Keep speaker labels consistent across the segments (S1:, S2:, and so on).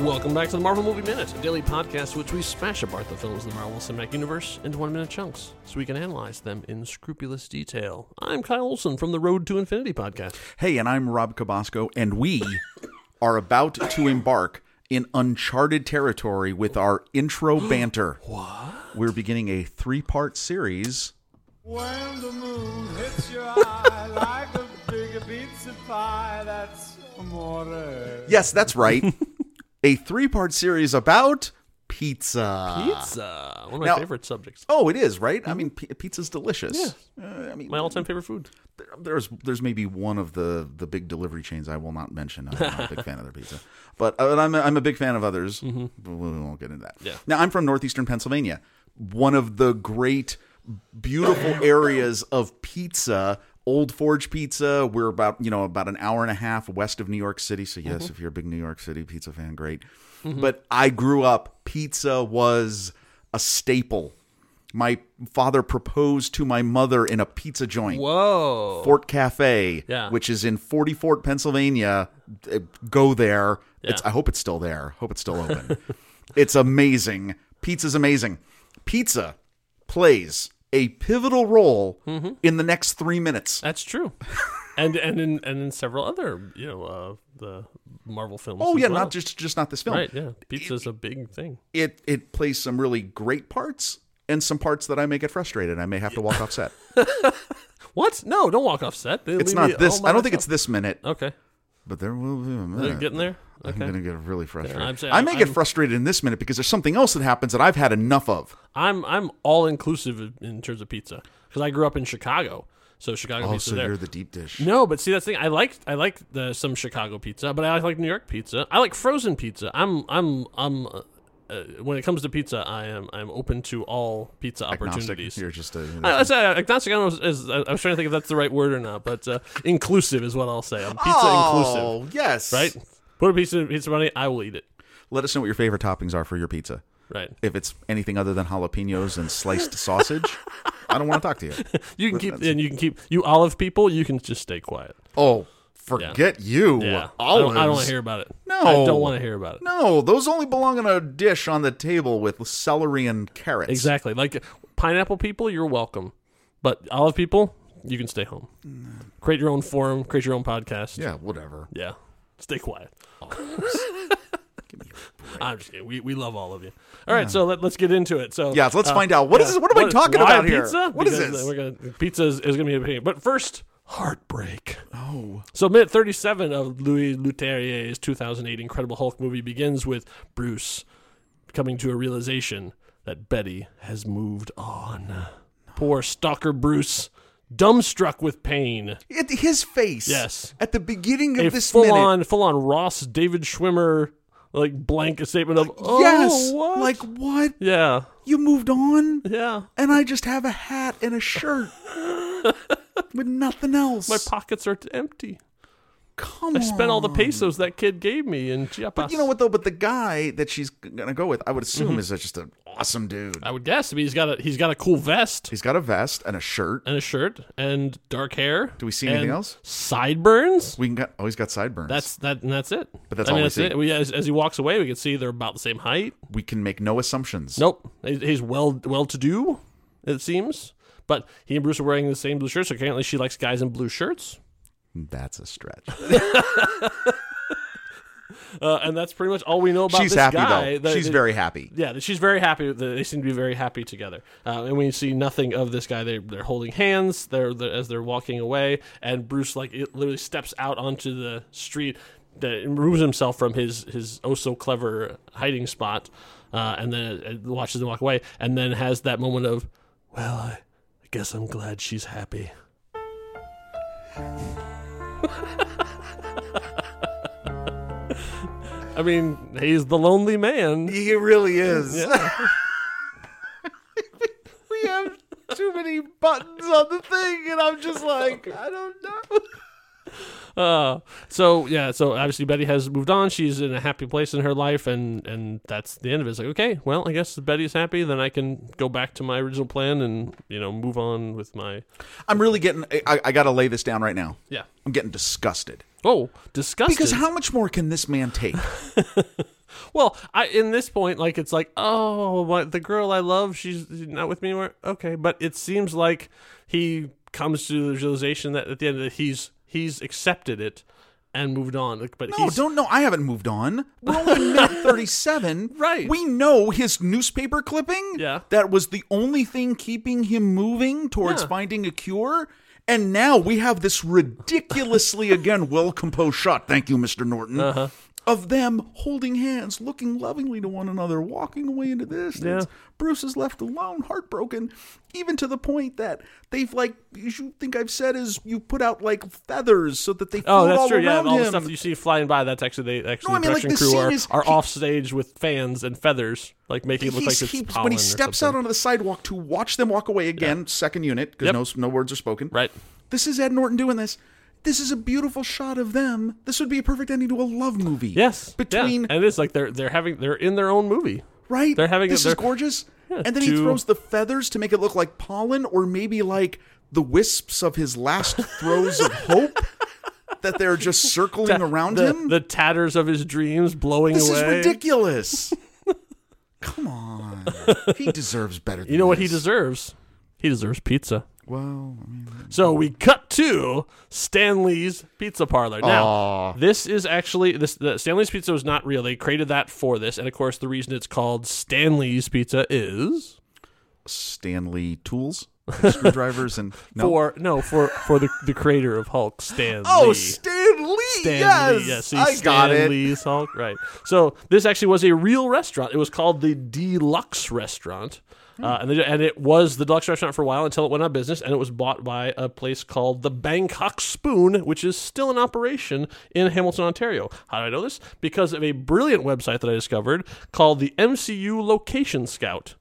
S1: Welcome back to the Marvel Movie Minute, a daily podcast in which we smash apart the films in the Marvel Cinematic Universe into one minute chunks so we can analyze them in scrupulous detail. I'm Kyle Olson from the Road to Infinity podcast.
S2: Hey, and I'm Rob Cabasco, and we are about to embark in uncharted territory with our intro banter. what? We're beginning a three part series.
S3: When the moon hits your eye like a big pizza pie, that's amore.
S2: Yes, that's right. a three part series about pizza.
S1: Pizza, uh, one of my
S2: Ah. Now-
S1: favorite subjects.
S2: Oh, it is right. I mean, p- pizza's delicious. Uh, I mean,
S1: My all time favorite food.
S2: there- there's there's maybe one of the the big delivery chains I will not mention. I'm not a big fan of their pizza, but uh, I'm a, I'm a big fan of others. But We won't get into that.
S1: Mm-hmm. Yeah.
S2: Now I'm from northeastern Pennsylvania, one of the great, beautiful areas of pizza. Old Forge Pizza. We're about you know about an hour and a half west of New York City. So yes,
S1: Mm-hmm.
S2: if you're a big New York City pizza fan, great. But I grew up. Pizza was a staple. My father proposed to my mother in a pizza joint.
S1: Whoa.
S2: Fort Cafe,
S1: Yeah.
S2: which is in Forty Fort, Pennsylvania. Uh, Go there. It's,
S1: Yeah.
S2: I hope it's still there. Hope it's still open. it's amazing. Pizza's amazing. Pizza plays a pivotal role
S1: Mm-hmm.
S2: in the next three minutes.
S1: That's true. and and in and in several other, you know, uh, the Marvel films.
S2: Oh
S1: as
S2: yeah,
S1: well.
S2: not just just not this film.
S1: Right, yeah. Pizza's a big thing.
S2: It it plays some really great parts and some parts that I may get frustrated. I may have to walk off set.
S1: What? No, don't walk off set. They
S2: It's
S1: leave you
S2: not this.
S1: all Oh. by
S2: I don't think it's
S1: yourself.
S2: this minute,
S1: Okay.
S2: but there will be a
S1: They're
S2: minute.
S1: getting there?
S2: I'm
S1: Okay.
S2: gonna get really frustrated.
S1: I'm saying-
S2: I may get
S1: I'm-
S2: frustrated in this minute because there's something else that happens that I've had enough of.
S1: I'm I'm all inclusive in terms of pizza because I grew up in Chicago, so Chicago
S2: Oh,
S1: pizza
S2: so
S1: there.
S2: you're the deep dish.
S1: no, but see that's the thing. I like I like the, some Chicago pizza, but I like New York pizza. I like frozen pizza. I'm I'm I'm uh, uh, when it comes to pizza, I am I'm open to all pizza
S2: Agnostic.
S1: opportunities.
S2: You're just a.
S1: I, I say agnostic. I don't know. Is, I, I was trying to think if that's the right word or not, but uh, inclusive is what I'll say. I'm pizza inclusive,
S2: Oh, yes.
S1: right? Put a piece of pizza money, I will eat it.
S2: Let us know what your favorite toppings are for your pizza.
S1: Right.
S2: If it's anything other than jalapenos and sliced sausage, I don't want to talk to you.
S1: You can keep and you can keep you olive people. You can just stay quiet.
S2: Oh, forget you.
S1: Yeah. I
S2: Olives.
S1: don't, I don't want to hear about it.
S2: No.
S1: I don't want to hear about it.
S2: No, those only belong in a dish on the table with celery and carrots.
S1: Exactly. Like pineapple people, you're welcome. But olive people, you can stay home. Create your own forum, create your own podcast.
S2: Mm. Yeah, whatever.
S1: Yeah. Stay quiet. I'm just kidding. We, we love all of you. All right, so let, us get into it. So
S2: Yeah, so let's find out. What is this- what am I talking
S1: why
S2: about here?
S1: Pizza?
S2: What is
S1: Because,
S2: this?
S1: uh, We're gonna, pizza is, is going to be a pain. But first, heartbreak.
S2: Oh.
S1: So minute 37 of Louis Leterrier's 2008 Incredible Hulk movie begins with Bruce coming to a realization that Betty has moved on. Poor stalker Bruce, dumbstruck with pain.
S2: It, his face.
S1: Yes.
S2: At the beginning of
S1: A
S2: this
S1: full
S2: minute.
S1: on full on Ross David Schwimmer like blanket statement of oh
S2: yes.
S1: what?
S2: Like what?
S1: yeah.
S2: You moved on?
S1: Yeah.
S2: and I just have a hat and a shirt with nothing else.
S1: My pockets are empty.
S2: Come
S1: I spent all the pesos that kid gave me in Chiapas.
S2: But you know what though? But the guy that she's gonna go with, I would assume,
S1: Mm-hmm.
S2: is just an awesome dude.
S1: I would guess. I mean, he's got a he's got a cool vest.
S2: He's got a vest and a shirt.
S1: and a shirt and dark hair.
S2: Do we see anything
S1: and
S2: else?
S1: Sideburns.
S2: We can got oh, he's got sideburns.
S1: That's that, and that's it. But
S2: that's
S1: I mean,
S2: all we
S1: that's
S2: see.
S1: It. We, as, as he walks away, we can see they're about the same height.
S2: we can make no assumptions.
S1: Nope, He- he's well well to do, it seems. But he and Bruce are wearing the same blue shirts. So apparently, she likes guys in blue shirts,
S2: That's a stretch.
S1: uh, and that's pretty much all we know about
S2: she's
S1: this
S2: happy
S1: guy.
S2: though.
S1: That-
S2: she's
S1: that-
S2: very happy.
S1: yeah, that she's very happy. that They seem to be very happy together. Uh, and we see nothing of this guy. They they're holding hands. They're, they're as they're walking away, and Bruce like it literally steps out onto the street, that removes himself from his his oh so clever hiding spot, uh, and then uh, watches them walk away, and then has that moment of, well, I, I guess I'm glad she's happy. I mean, he's the lonely man.
S2: He really is. we have too many buttons on the thing, and I'm just like, I don't know.
S1: Uh, so yeah, so obviously Betty has moved on. She's in a happy place in her life, and and that's the end of it. It's like, okay, well, I guess if Betty's happy, then I can go back to my original plan and you know move on with my
S2: I'm really getting. I, I got to lay this down right now.
S1: yeah.
S2: I'm getting disgusted.
S1: Oh, disgusted.
S2: Because how much more can this man take?
S1: Well, I in this point, like it's like, oh, what, the girl I love, she's not with me anymore. Okay, but it seems like he comes to the realization that at the end of it, he's he's accepted it and moved on. Like, But
S2: No,
S1: he's
S2: don't know. I haven't moved on. We're only in minute 37.
S1: Right.
S2: We know his newspaper clipping.
S1: Yeah.
S2: That was the only thing keeping him moving towards
S1: Yeah.
S2: finding a cure. And now we have this ridiculously, again, well composed shot. Thank you, Mr. Norton.
S1: Uh-huh.
S2: Of them holding hands, looking lovingly to one another, walking away into the distance.
S1: Yeah.
S2: Bruce is left alone, heartbroken, even to the point that they've like you should think I've said is you put out like feathers so that they float
S1: Oh, that's
S2: all
S1: true. Yeah,
S2: around
S1: and all the
S2: him.
S1: stuff that you see flying by, that's actually they actually
S2: No, I
S1: the
S2: mean, like,
S1: production crew
S2: this scene
S1: are,
S2: is-
S1: are
S2: he-
S1: off stage with fans and feathers, like making it look like
S2: He's-
S1: it's
S2: he-
S1: pollen
S2: when he
S1: or
S2: steps
S1: something.
S2: out onto the sidewalk to watch them walk away again, second unit, because
S1: Yep.
S2: no, no words are spoken.
S1: Right.
S2: This is Ed Norton doing this. This is a beautiful shot of them. This would be a perfect ending to a love movie.
S1: Yes,
S2: Between
S1: yeah. and it's like they're they're having they're in their own movie.
S2: right.
S1: They're having a-
S2: this is
S1: they're-
S2: gorgeous. and then he
S1: two-
S2: throws the feathers to make it look like pollen, or maybe like the wisps of his last throes of hope that they're just circling around
S1: the,
S2: him.
S1: the tatters of his dreams blowing
S2: this
S1: away.
S2: is ridiculous. Come on, he deserves better. Than
S1: You know what he
S2: this.
S1: deserves? He deserves pizza.
S2: Well, I mean,
S1: So we cut to Stanley's Pizza Parlor. Now, this is actually this the Stanley's Pizza was not real. They created that for this, and of course, the reason it's called Stanley's Pizza is
S2: Stanley tools, screwdrivers, and no.
S1: for no for for the the creator of Hulk, Stan.
S2: oh,
S1: Lee.
S2: Stan Lee.
S1: Stan Lee.
S2: yes,
S1: Yes, see,
S2: I
S1: Stan
S2: got it.
S1: Lee's Hulk. Right. So this actually was a real restaurant. It was called the Deluxe Restaurant,
S2: Hmm.
S1: uh, and they, and it was the Deluxe Restaurant for a while until it went out of business, and it was bought by a place called the Bangkok Spoon, which is still in operation in Hamilton, Ontario. How do I know this? Because of a brilliant website that I discovered called the MCU Location Scout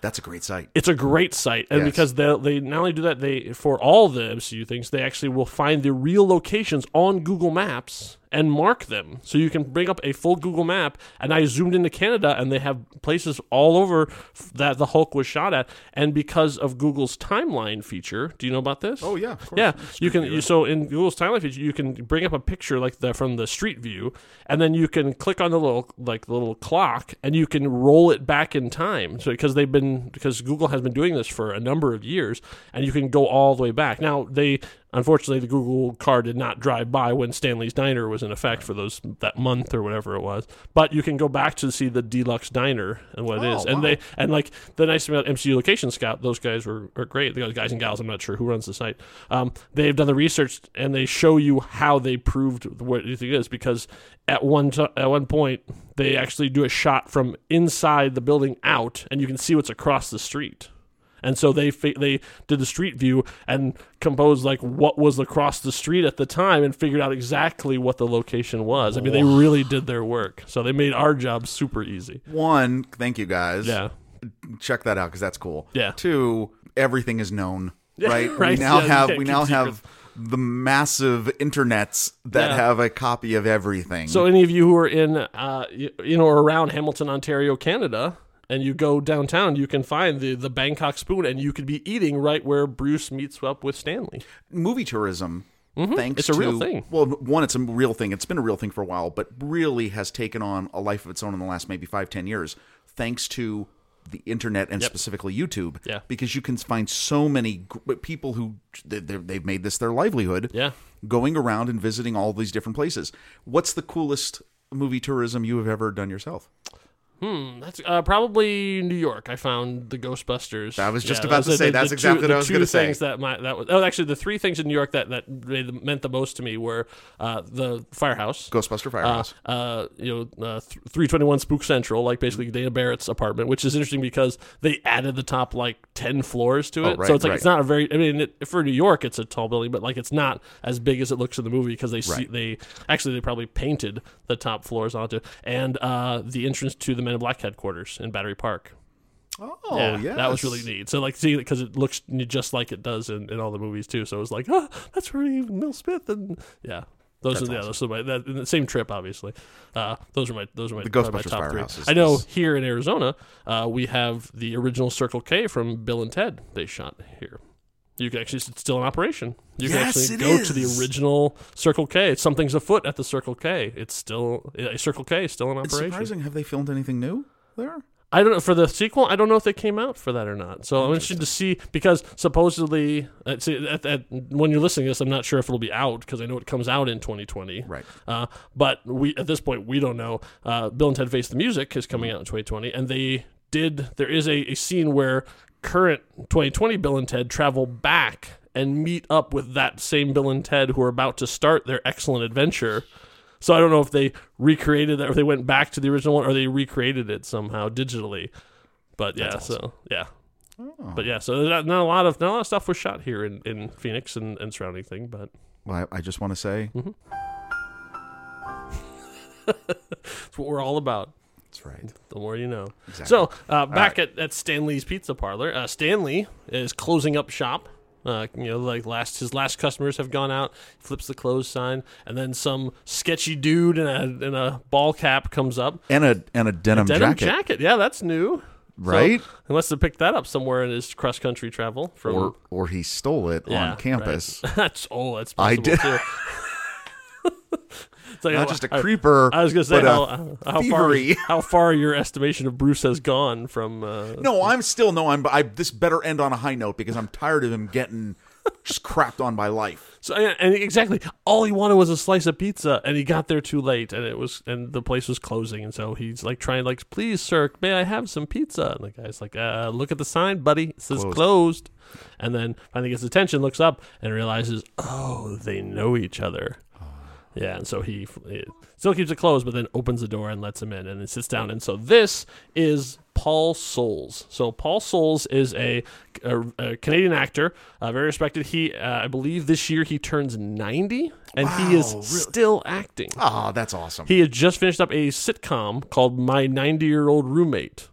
S2: That's a great site.
S1: it's a great site and
S2: Yes.
S1: because they they not only do that they for all the MCU things they actually will find the real locations on Google Maps and mark them so you can bring up a full Google map and I zoomed into Canada and they have places all over f- that the Hulk was shot at and because of Google's timeline feature do you know about this
S2: Oh, yeah, of course.
S1: yeah
S2: That's
S1: you can you, so in Google's timeline feature you can bring up a picture like the from the street view and then you can click on the little like the little clock and you can roll it back in time so because they've been because Google has been doing this for a number of years and you can go all the way back now they unfortunately the Google car did not drive by when Stanley's Diner was in effect for those that month or whatever it was but you can go back to see the deluxe diner and what it
S2: Oh,
S1: is and
S2: wow.
S1: they and like the nice thing about MCU Location Scout, those guys were are great. The guys and gals, I'm not sure who runs the site. Um, they've done the research and they show you how they proved what you think it is because at one t- at one point they actually do a shot from inside the building out and you can see what's across the street. And so they fi- they did the street view and composed like what was across the street at the time and figured out exactly what the location was. I mean, they really did their work. So they made our job super easy.
S2: One, thank you guys.
S1: Yeah.
S2: check that out because that's cool.
S1: Yeah.
S2: Two, everything is known. Right. We
S1: right,
S2: now
S1: yeah, you
S2: have
S1: can't
S2: we
S1: keep
S2: now
S1: secrets.
S2: have the massive internets that
S1: Yeah.
S2: have a copy of everything.
S1: So, any of you who are in, uh, y- in or around Hamilton, Ontario, Canada, and you go downtown, you can find the, the Bangkok Spoon, and you could be eating right where Bruce meets up with Stanley.
S2: movie tourism thanks
S1: Mm-hmm. It's a
S2: to
S1: real thing.
S2: well one it's a real thing it's been a real thing for a while but really has taken on a life of its own in the last maybe five ten years thanks to the internet and specifically youtube
S1: Yeah.
S2: because you can find so many gr- people who they- they- they've made this their livelihood
S1: Yeah.
S2: going around and visiting all these different places what's the coolest movie tourism you have ever done yourself
S1: That's uh, probably New York. I found the Ghostbusters.
S2: I was just
S1: Yeah,
S2: about
S1: those
S2: to
S1: are
S2: say, that's exactly
S1: two,
S2: what
S1: the
S2: I was
S1: two
S2: gonna say.
S1: things That my, that was, oh, actually, the three things in New York that that made, meant the most to me were uh, the firehouse.
S2: ghostbuster
S1: uh,
S2: firehouse
S1: uh, you know, uh, th- 321 Spook Central, like basically Dana Barrett's apartment, which is interesting because they added the top like 10 floors to it.
S2: Oh, right,
S1: so it's like,
S2: right.
S1: it's not a very, I mean, it, for New York, it's a tall building, but like it's not as big as it looks in the movie because they see, they actually, they probably painted the top floors onto and uh, the entrance to the Men in Black headquarters in Battery Park.
S2: oh
S1: Uh, yeah,
S2: yeah
S1: that was really neat. So like seeing it because it looks just like it does in, in all the movies too. So it was like, oh, that's really Will Smith and yeah. Those are, yeah, those are my that, and the same trip, obviously. Uh, those are my those are my, probably my
S2: Ghostbusters
S1: top three.
S2: Firehouse is-
S1: I know
S2: is-
S1: here in Arizona, uh, we have the original Circle K from Bill and Ted. They shot here, You can actually it's still in operation. You
S2: Yes,
S1: can actually
S2: it
S1: go to the
S2: is.
S1: original Circle K. If something's afoot at the Circle K, it's still a Circle K is still in
S2: It's
S1: operation.
S2: surprising. Have they filmed anything new there?
S1: I don't know for the sequel. I don't know if they came out for that or not. So I'm interested to see because supposedly, uh, see, at, at, when you're listening to this, I'm not sure if it'll be out because I know it comes out in 2020.
S2: Right.
S1: Uh, but we at this point we don't know. Uh, Bill and Ted Face the Music is coming out in 2020, and they did. There is a, a scene where current 2020 Bill and Ted travel back and meet up with that same Bill and Ted who are about to start their excellent adventure. So I don't know if they recreated that, or they went back to the original one, or they recreated it somehow digitally. But yeah, so yeah. But yeah, so there's not, not a lot of not a lot of stuff was shot here in, in Phoenix and, and surrounding thing. But
S2: Well, I, I just want to say
S1: Mm-hmm. that's what we're all about.
S2: that's right.
S1: The more you know. So uh, back at, at Stanley's Pizza Parlor, uh, Stanley is closing up shop. Uh, you know, like last his last customers have gone out. Flips the close sign, and then some sketchy dude in a in a ball cap comes up.
S2: And a and a denim,
S1: Denim
S2: jacket,
S1: jacket, yeah, that's new, So,
S2: right?
S1: unless they picked that up somewhere in his cross country travel from
S2: or or he stole it
S1: Yeah,
S2: on
S1: right.
S2: campus.
S1: that's oh, that's
S2: I
S1: possible
S2: did-
S1: too. It's like,
S2: Not
S1: oh,
S2: just a
S1: I-
S2: creeper.
S1: I was gonna say
S2: but a-
S1: how, how far
S2: thievery.
S1: how far your estimation of Bruce has gone from uh,
S2: No, I'm still no. I'm. I, this better end on a high note because I'm tired of him getting just crapped on by life.
S1: So and, and exactly, all he wanted was a slice of pizza, and he got there too late, and it was and the place was closing, and so he's like trying like, please, sir, may I have some pizza? And the guy's like, uh, look at the sign, buddy, it says closed. and then finally gets attention, looks up, and realizes, oh, they know each other. Yeah, and so he it still keeps it closed, but then opens the door and lets him in, and then sits down. And so this is Paul Souls. So Paul Souls is a, a, a Canadian actor, uh, very respected. He, uh, I believe, this year he turns ninety, and he is still acting.
S2: Ah, that's awesome.
S1: He had just finished up a sitcom called My 90 Year Old Roommate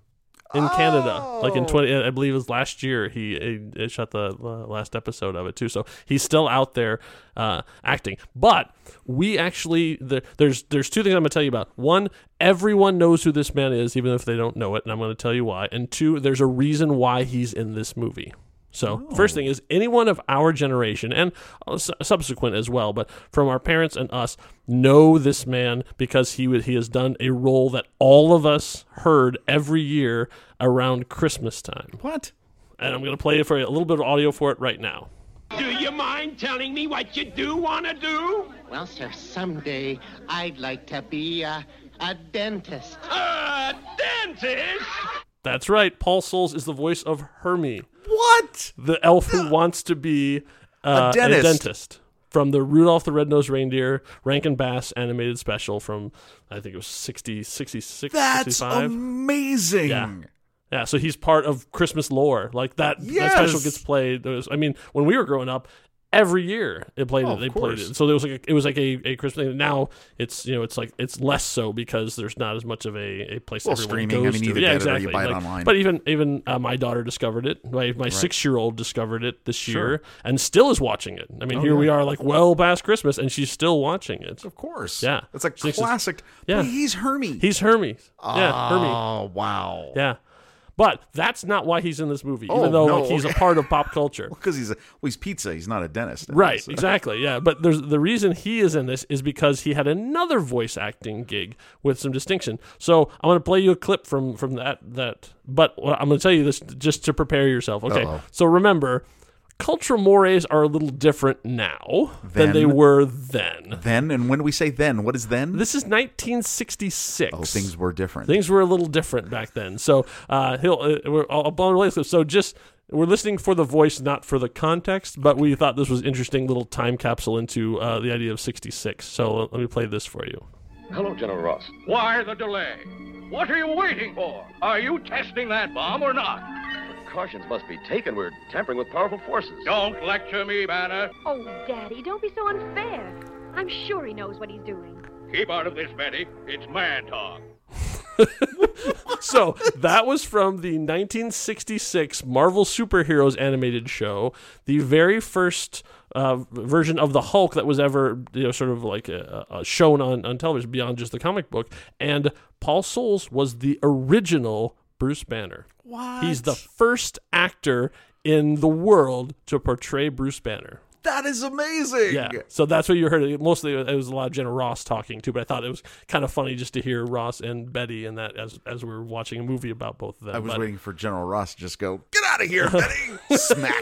S1: in Canada. Like in 20, I believe it was last year, he, he shot the uh, last episode of it too. So he's still out there uh, acting. But we actually, the, there's, there's two things I'm going to tell you about. One, everyone knows who this man is, even if they don't know it, and I'm going to tell you why. And two, there's a reason why he's in this movie. So,
S2: Oh.
S1: first thing is anyone of our generation and uh, su- subsequent as well, but from our parents and us, know this man because he would, he has done a role that all of us heard every year around Christmas time.
S2: what?
S1: And I'm going to play for you a little bit of audio for it right now.
S4: Do you mind telling me what you do want to do?
S5: Well, sir, someday I'd like to be a, a dentist.
S4: A dentist?
S1: That's right. Paul Souls is the voice of Hermie,
S2: What?
S1: the elf who wants to be uh,
S2: dentist.
S1: dentist from the Rudolph the Red-Nosed Reindeer Rankin Bass animated special from I think it was 60 66
S2: That's
S1: 65.
S2: amazing.
S1: Yeah. Yeah, so he's part of Christmas lore. Like that, that
S2: Yes!
S1: special gets played. There was- I mean, when we were growing up, every year it played.
S2: Oh,
S1: it,
S2: of
S1: they played
S2: course.
S1: it. So there was like a, it was like a, a Christmas thing. Now it's you know it's like it's less so because there's not as much of a, a place.
S2: Well,
S1: everyone
S2: streaming, I
S1: goes
S2: mean,
S1: to.
S2: either
S1: yeah,
S2: get it or you
S1: exactly.
S2: buy it
S1: Like,
S2: online.
S1: But even even uh, my daughter discovered it. My my six year old discovered it this year and still is watching it. I mean, here we are like well past Christmas and she's still watching it.
S2: Oh, Of course.
S1: Yeah.
S2: That's a
S1: Six is-
S2: classic.
S1: Yeah.
S2: He's Hermes.
S1: He's Hermes. Yeah, Hermes.
S2: Oh wow.
S1: Yeah. But that's not why he's in this movie, even
S2: Oh,
S1: though
S2: no.
S1: like he's a part of pop culture.
S2: Because he's a well, he's pizza. He's not a dentist.
S1: Right,
S2: So-
S1: exactly. Yeah, but there's the reason he is in this is because he had another voice acting gig with some distinction. So I'm going to play you a clip from from that that. But what- I'm going to tell you this just to prepare yourself. Okay.
S2: Uh-oh.
S1: So remember, cultural mores are a little different now than
S2: Then?
S1: they were then.
S2: Then and when we say then, what is then?
S1: This is 1966.
S2: oh, things were different.
S1: Things were a little different back then. So uh, he'll uh, we're I'll, I'll relate this. So just we're listening for the voice, not for the context. But we thought this was interesting little time capsule into uh, the idea of '66. So let me play this for you.
S6: Hello, General Ross. Why the delay? What are you waiting for? Are you testing that bomb or not?
S7: Precautions must be taken. We're tampering with powerful forces.
S6: Don't lecture me, Banner.
S8: Oh, Daddy, don't be so unfair. I'm sure he knows what he's doing.
S6: Keep out of this, Betty. It's man talk.
S1: So that was from the 1966 Marvel superheroes animated show, the very first uh, version of the Hulk that was ever you know sort of like uh, uh, shown on on television beyond just the comic book. And Paul Souls was the original Bruce Banner. He's the first actor in the world to portray Bruce Banner.
S2: That is amazing.
S1: Yeah. So that's what you heard. It- Mostly it was a lot of Jenna Ross talking too, but I thought it was kind of funny just to hear Ross and Betty in that as as we were watching a movie about both of them.
S2: I was
S1: But
S2: waiting for General Ross to just go, get out of here, Betty! Smack.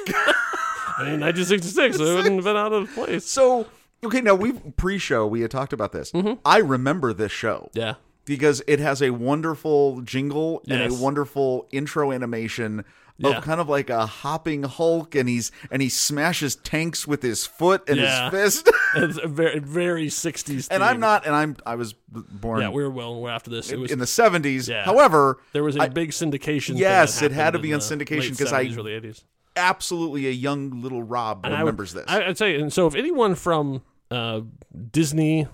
S1: I mean, 1966, it wouldn't have been out of place.
S2: so, okay, now we pre show, we had talked about this. I remember this show.
S1: Mm-hmm. Yeah.
S2: Because it has a wonderful jingle and a
S1: Yes.
S2: wonderful intro animation of
S1: Yeah.
S2: kind of like a hopping Hulk, and he's and he smashes tanks with his foot and
S1: Yeah.
S2: his fist.
S1: It's a very very 60s.
S2: and I'm
S1: theme.
S2: not, and I'm I was born
S1: Yeah, we were well aware after this. It was
S2: in the 70s.
S1: Yeah.
S2: However,
S1: there was a
S2: I-
S1: big syndication. thing
S2: Yes,
S1: that
S2: it had to
S1: happened
S2: be
S1: in
S2: on
S1: the
S2: syndication
S1: late
S2: 'cause I-
S1: 70s, early 80s.
S2: absolutely a young little Rob
S1: And I would-
S2: remembers this.
S1: I, I'd say, and so if anyone from uh, Disney,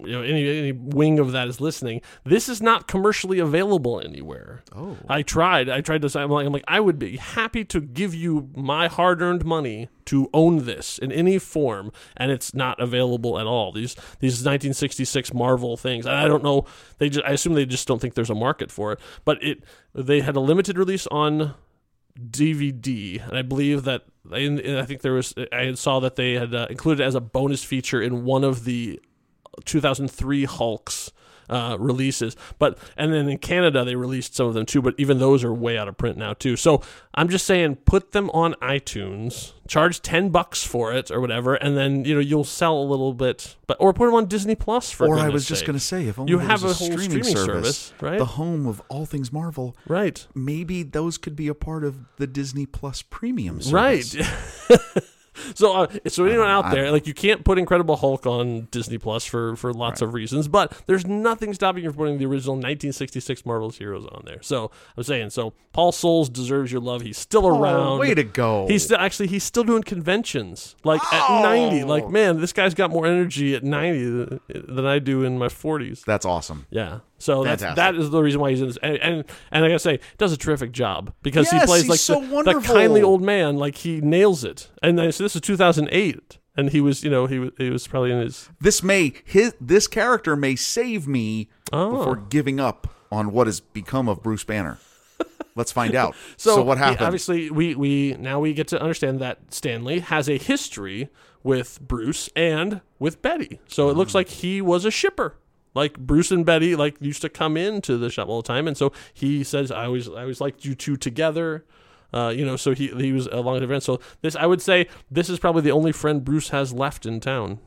S1: you know, any any wing of that is listening, this is not commercially available anywhere. Oh, I tried. I tried to. say- I'm like, I'm like, I would be happy to give you my hard earned money to own this in any form, and it's not available at all. These these 1966 Marvel things. I don't know. They just, I assume they just don't think there's a market for it. But it they had a limited release on DVD, and I believe that in, in- I think there was I had saw that they had uh, included it as a bonus feature in one of the 2003 Hulks uh, releases. But and then in Canada they released some of them too. But even those are way out of print now too. So I'm just saying, put them on iTunes, charge ten bucks for it or whatever, and then you know you'll sell a little bit. But or put them on Disney Plus for.
S2: or I
S1: goodness
S2: was just
S1: sake.
S2: going to say, if only
S1: you
S2: there
S1: have
S2: was
S1: a whole
S2: streaming, service,
S1: right?
S2: The home of all things Marvel.
S1: right.
S2: Maybe those could be a part of the Disney Plus premium service.
S1: Right. so uh, so anyone out
S2: I
S1: there, like you can't put Incredible Hulk on Disney Plus for for lots of reasons, but there's nothing stopping you from putting the original 1966 Marvel's heroes on there. So I'm saying, so Paul Souls deserves your love. He's still around.
S2: Oh, way to go.
S1: He's still actually he's still doing conventions like
S2: Oh.
S1: at 90. Like man, this guy's got more energy at 90 th- than I do in my 40s.
S2: That's awesome.
S1: Yeah. So that's that
S2: Fantastic.
S1: is the reason why he's in this, and and, and I gotta say, does a terrific job because
S2: Yes,
S1: he plays
S2: he's
S1: like
S2: so
S1: the,
S2: wonderful.
S1: that kindly old man, like he nails it. And then, so this is 2008, and he was, you know, he was, he was probably in his
S2: This may his this character may save me
S1: Oh.
S2: before giving up on what has become of Bruce Banner. Let's find out. what
S1: he-
S2: happens?
S1: obviously, we we now we get to understand that Stanley has a history with Bruce and with Betty. So it looks like he was a shipper. Like Bruce and Betty, like used to come into the shop all the time, and so he says, "I always, I always liked you two together." Uh, you know, so he he was a long event. So this, I would say, this is probably the only friend Bruce has left in town.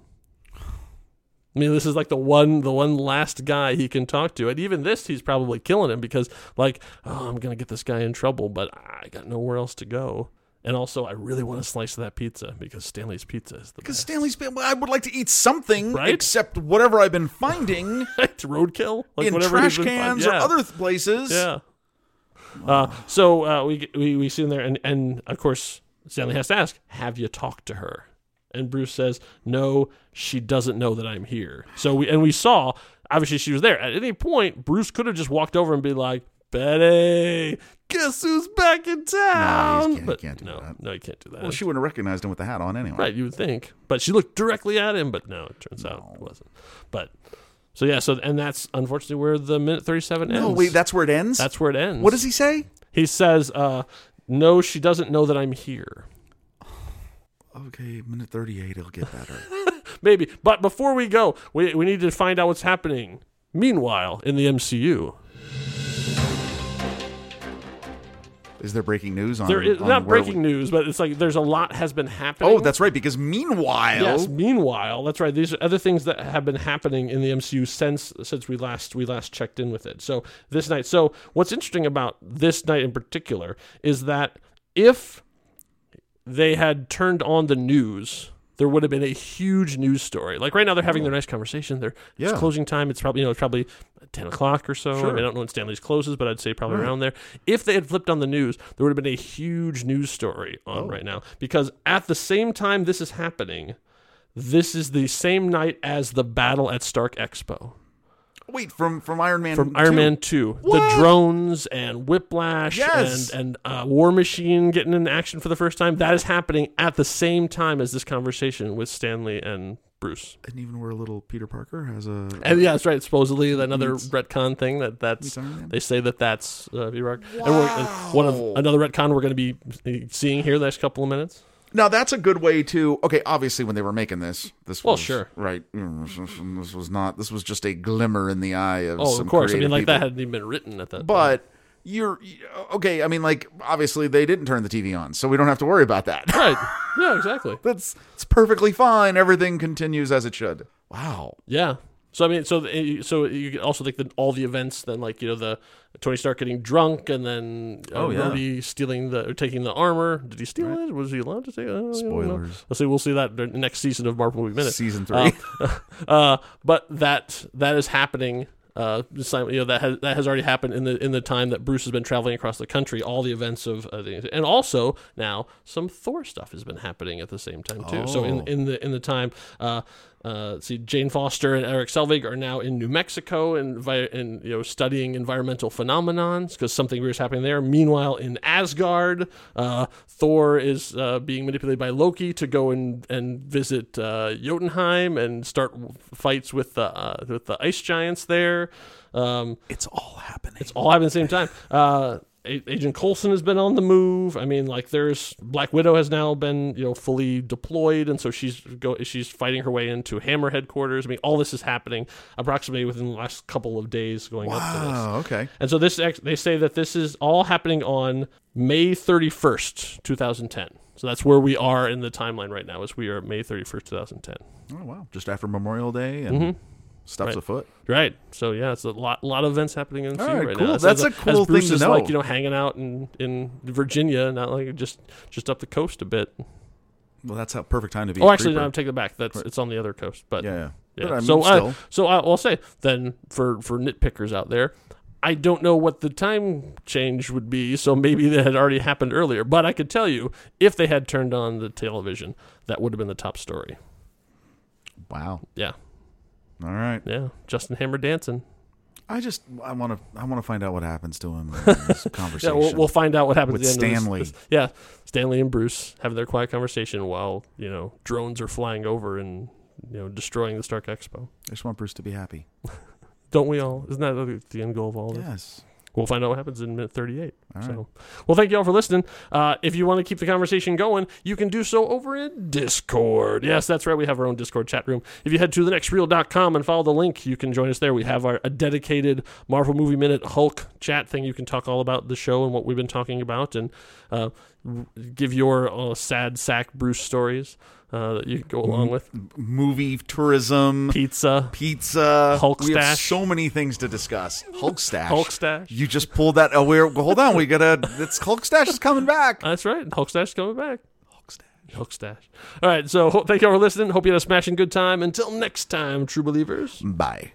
S1: I mean, this is like the one, the one last guy he can talk to, and even this, he's probably killing him because, like, oh, I'm gonna get this guy in trouble, but I got nowhere else to go, and also I really want a slice of that pizza because Stanley's pizza is the
S2: because
S1: best.
S2: Stanley's been, well, I would like to eat something
S1: Right?
S2: except whatever I've been finding
S1: It's roadkill, like
S2: in
S1: whatever
S2: trash
S1: he's been finding.
S2: cans or
S1: Yeah.
S2: other th- places.
S1: Yeah. Uh, so uh, we, get- we we see him there, and and of course Stanley has to ask, "Have you talked to her?" And Bruce says, "No, she doesn't know that I'm here." So we and we saw obviously she was there. At any point, Bruce could have just walked over and be like, "Betty, guess who's back in town?"
S2: can't- he
S1: but
S2: can't do
S1: no,
S2: that.
S1: no, you can't do that.
S2: Well, she wouldn't have recognized him with the hat on anyway.
S1: Right, you would think. But she looked directly at him, but no, it turns out it wasn't. But so yeah, so and that's unfortunately where the minute thirty seven ends.
S2: No, wait, that's where it ends.
S1: that's where it ends.
S2: what does he say?
S1: He says, uh, "No, she doesn't know that I'm here."
S2: Okay, minute thirty-eight, it'll get better.
S1: Maybe, but before we go, we we need to find out what's happening. Meanwhile, in the MCU,
S2: is there breaking news on?
S1: there is
S2: on
S1: not
S2: where
S1: breaking
S2: we-
S1: news, but it's like there's a lot has been happening.
S2: Oh, that's right. Because meanwhile,
S1: Yes. Meanwhile, that's right. These are other things that have been happening in the MCU since since we last we last checked in with it. So this night. So what's interesting about this night in particular is that if they had turned on the news. There would have been a huge news story. Like right now, they're having their nice conversation. They're
S2: Yeah.
S1: it's closing time. It's probably you know it's probably ten o'clock or so. I, mean, I don't know when Stanley's closes, but I'd say probably around there. If they had flipped on the news, there would have been a huge news story on right now because at the same time this is happening, this is the same night as the battle at Stark Expo
S2: wait from from Iron Man
S1: from Iron
S2: 2.
S1: Man Two. The drones and Whiplash
S2: Yes.
S1: and and uh, War Machine getting in action for the first time. That is happening at the same time as this conversation with Stanley and Bruce.
S2: And even where little Peter Parker has a
S1: And yeah, that's right. Supposedly another retcon thing that that's
S2: Iron Man.
S1: they say that that's uh, Iraq. And we're, uh, one of another retcon we're going to be seeing here the next couple of minutes.
S2: Now that's a good way to okay. Obviously, when they were making this, this
S1: Well,
S2: was
S1: sure.
S2: right. mm, This was not. This was just a glimmer in the eye of.
S1: Oh,
S2: some
S1: of course. I mean,
S2: creative
S1: like that
S2: people.
S1: hadn't even been written at that.
S2: But you're okay. I mean, like obviously they didn't turn the TV on, so we don't have to worry about that.
S1: time. right? Yeah, exactly.
S2: That's it's perfectly fine. Everything continues as it should. Wow.
S1: Yeah. So I mean, so the- so you could also think that all the events, then like you know the Tony Stark getting drunk and then uh,
S2: Oh, yeah.
S1: Rhodey stealing the or taking the armor. Did he steal it? Was he allowed to take? it?
S2: Spoilers.
S1: Let's see. We'll see that in the next season of Marvel Movie Minute,
S2: Season
S1: Uh, uh, but that that is happening. Uh, sim- you know that has, that has already happened in the in the time that Bruce has been traveling across the country. All the events of uh, the- and also now some Thor stuff has been happening at the same time too. So
S2: Oh.
S1: in, in the in the time, uh, uh, let's see, Jane Foster and Eric Selvig are now in New Mexico and vi- and you know studying environmental phenomenons because something weird is happening there. Meanwhile, in Asgard, uh, Thor is uh, being manipulated by Loki to go and and visit uh, Jotunheim and start w- fights with the uh, with the ice giants there. Um,
S2: It's all happening.
S1: it's all happening at the same time. Uh, A- Agent Coulson has been on the move. I mean, like there's Black Widow has now been you know fully deployed, and so she's go she's fighting her way into Hammer headquarters. I mean, all this is happening approximately within the last couple of days going up to this.
S2: Oh, okay.
S1: And so this ex- they say that this is all happening on May 31st, 2010. So that's where we are in the timeline right now. Is we are May 31st, 2010.
S2: Oh wow. Just after Memorial Day and stuff's
S1: Mm-hmm. Right.
S2: afoot.
S1: Right. So yeah, it's a lot lot of events happening in the
S2: All
S1: right,
S2: right,
S1: right
S2: cool.
S1: now.
S2: That's
S1: as-
S2: a cool
S1: as Bruce
S2: thing to
S1: is
S2: know.
S1: like, you know, hanging out in in Virginia, not like just just up the coast a bit.
S2: Well, that's a perfect time to be.
S1: Oh,
S2: a
S1: actually,
S2: creeper.
S1: no, I'm taking it back. That's it's on the other coast, but
S2: Yeah, yeah.
S1: yeah.
S2: But I mean,
S1: so uh,
S2: still.
S1: I, so I, will say then for for nitpickers out there, I don't know what the time change would be. So maybe that had already happened earlier. But I could tell you if they had turned on the television, that would have been the top story.
S2: Wow.
S1: Yeah,
S2: All right.
S1: yeah. Justin Hammer dancing.
S2: I just I want to I want to find out what happens to him in this
S1: Yeah,
S2: conversation.
S1: we'll, we'll find out what happens
S2: With
S1: at the end of
S2: Stanley.
S1: this- this- Yeah, Stanley and Bruce having their quiet conversation while you know drones are flying over and you know destroying the Stark Expo.
S2: I just want Bruce to be happy.
S1: Don't we all? Isn't that the end goal of all this?
S2: Yes.
S1: We'll find out what happens in minute 38. so,
S2: right.
S1: well, thank you all for listening. Uh, if you want to keep the conversation going, you can do so over in Discord. Yes, that's right. We have our own Discord chat room. If you head to thenextreel.com and follow the link, you can join us there. We have our a dedicated Marvel Movie Minute Hulk chat thing. You can talk all about the show and what we've been talking about, and uh, r- give your uh, sad sack Bruce stories uh, that you can go along with
S2: Movie tourism,
S1: pizza.
S2: pizza,
S1: Hulk
S2: we Have
S1: stash.
S2: so many things to discuss. Hulk stash.
S1: Hulk stash.
S2: You just pulled that. Oh, we're well, hold on. We gotta. It's Hulk stash is coming back.
S1: That's right. Hulk stash is coming back. Hook stash. All right, so ho- thank y'all for listening. Hope you had a smashing good time. Until next time, true believers.
S2: Bye.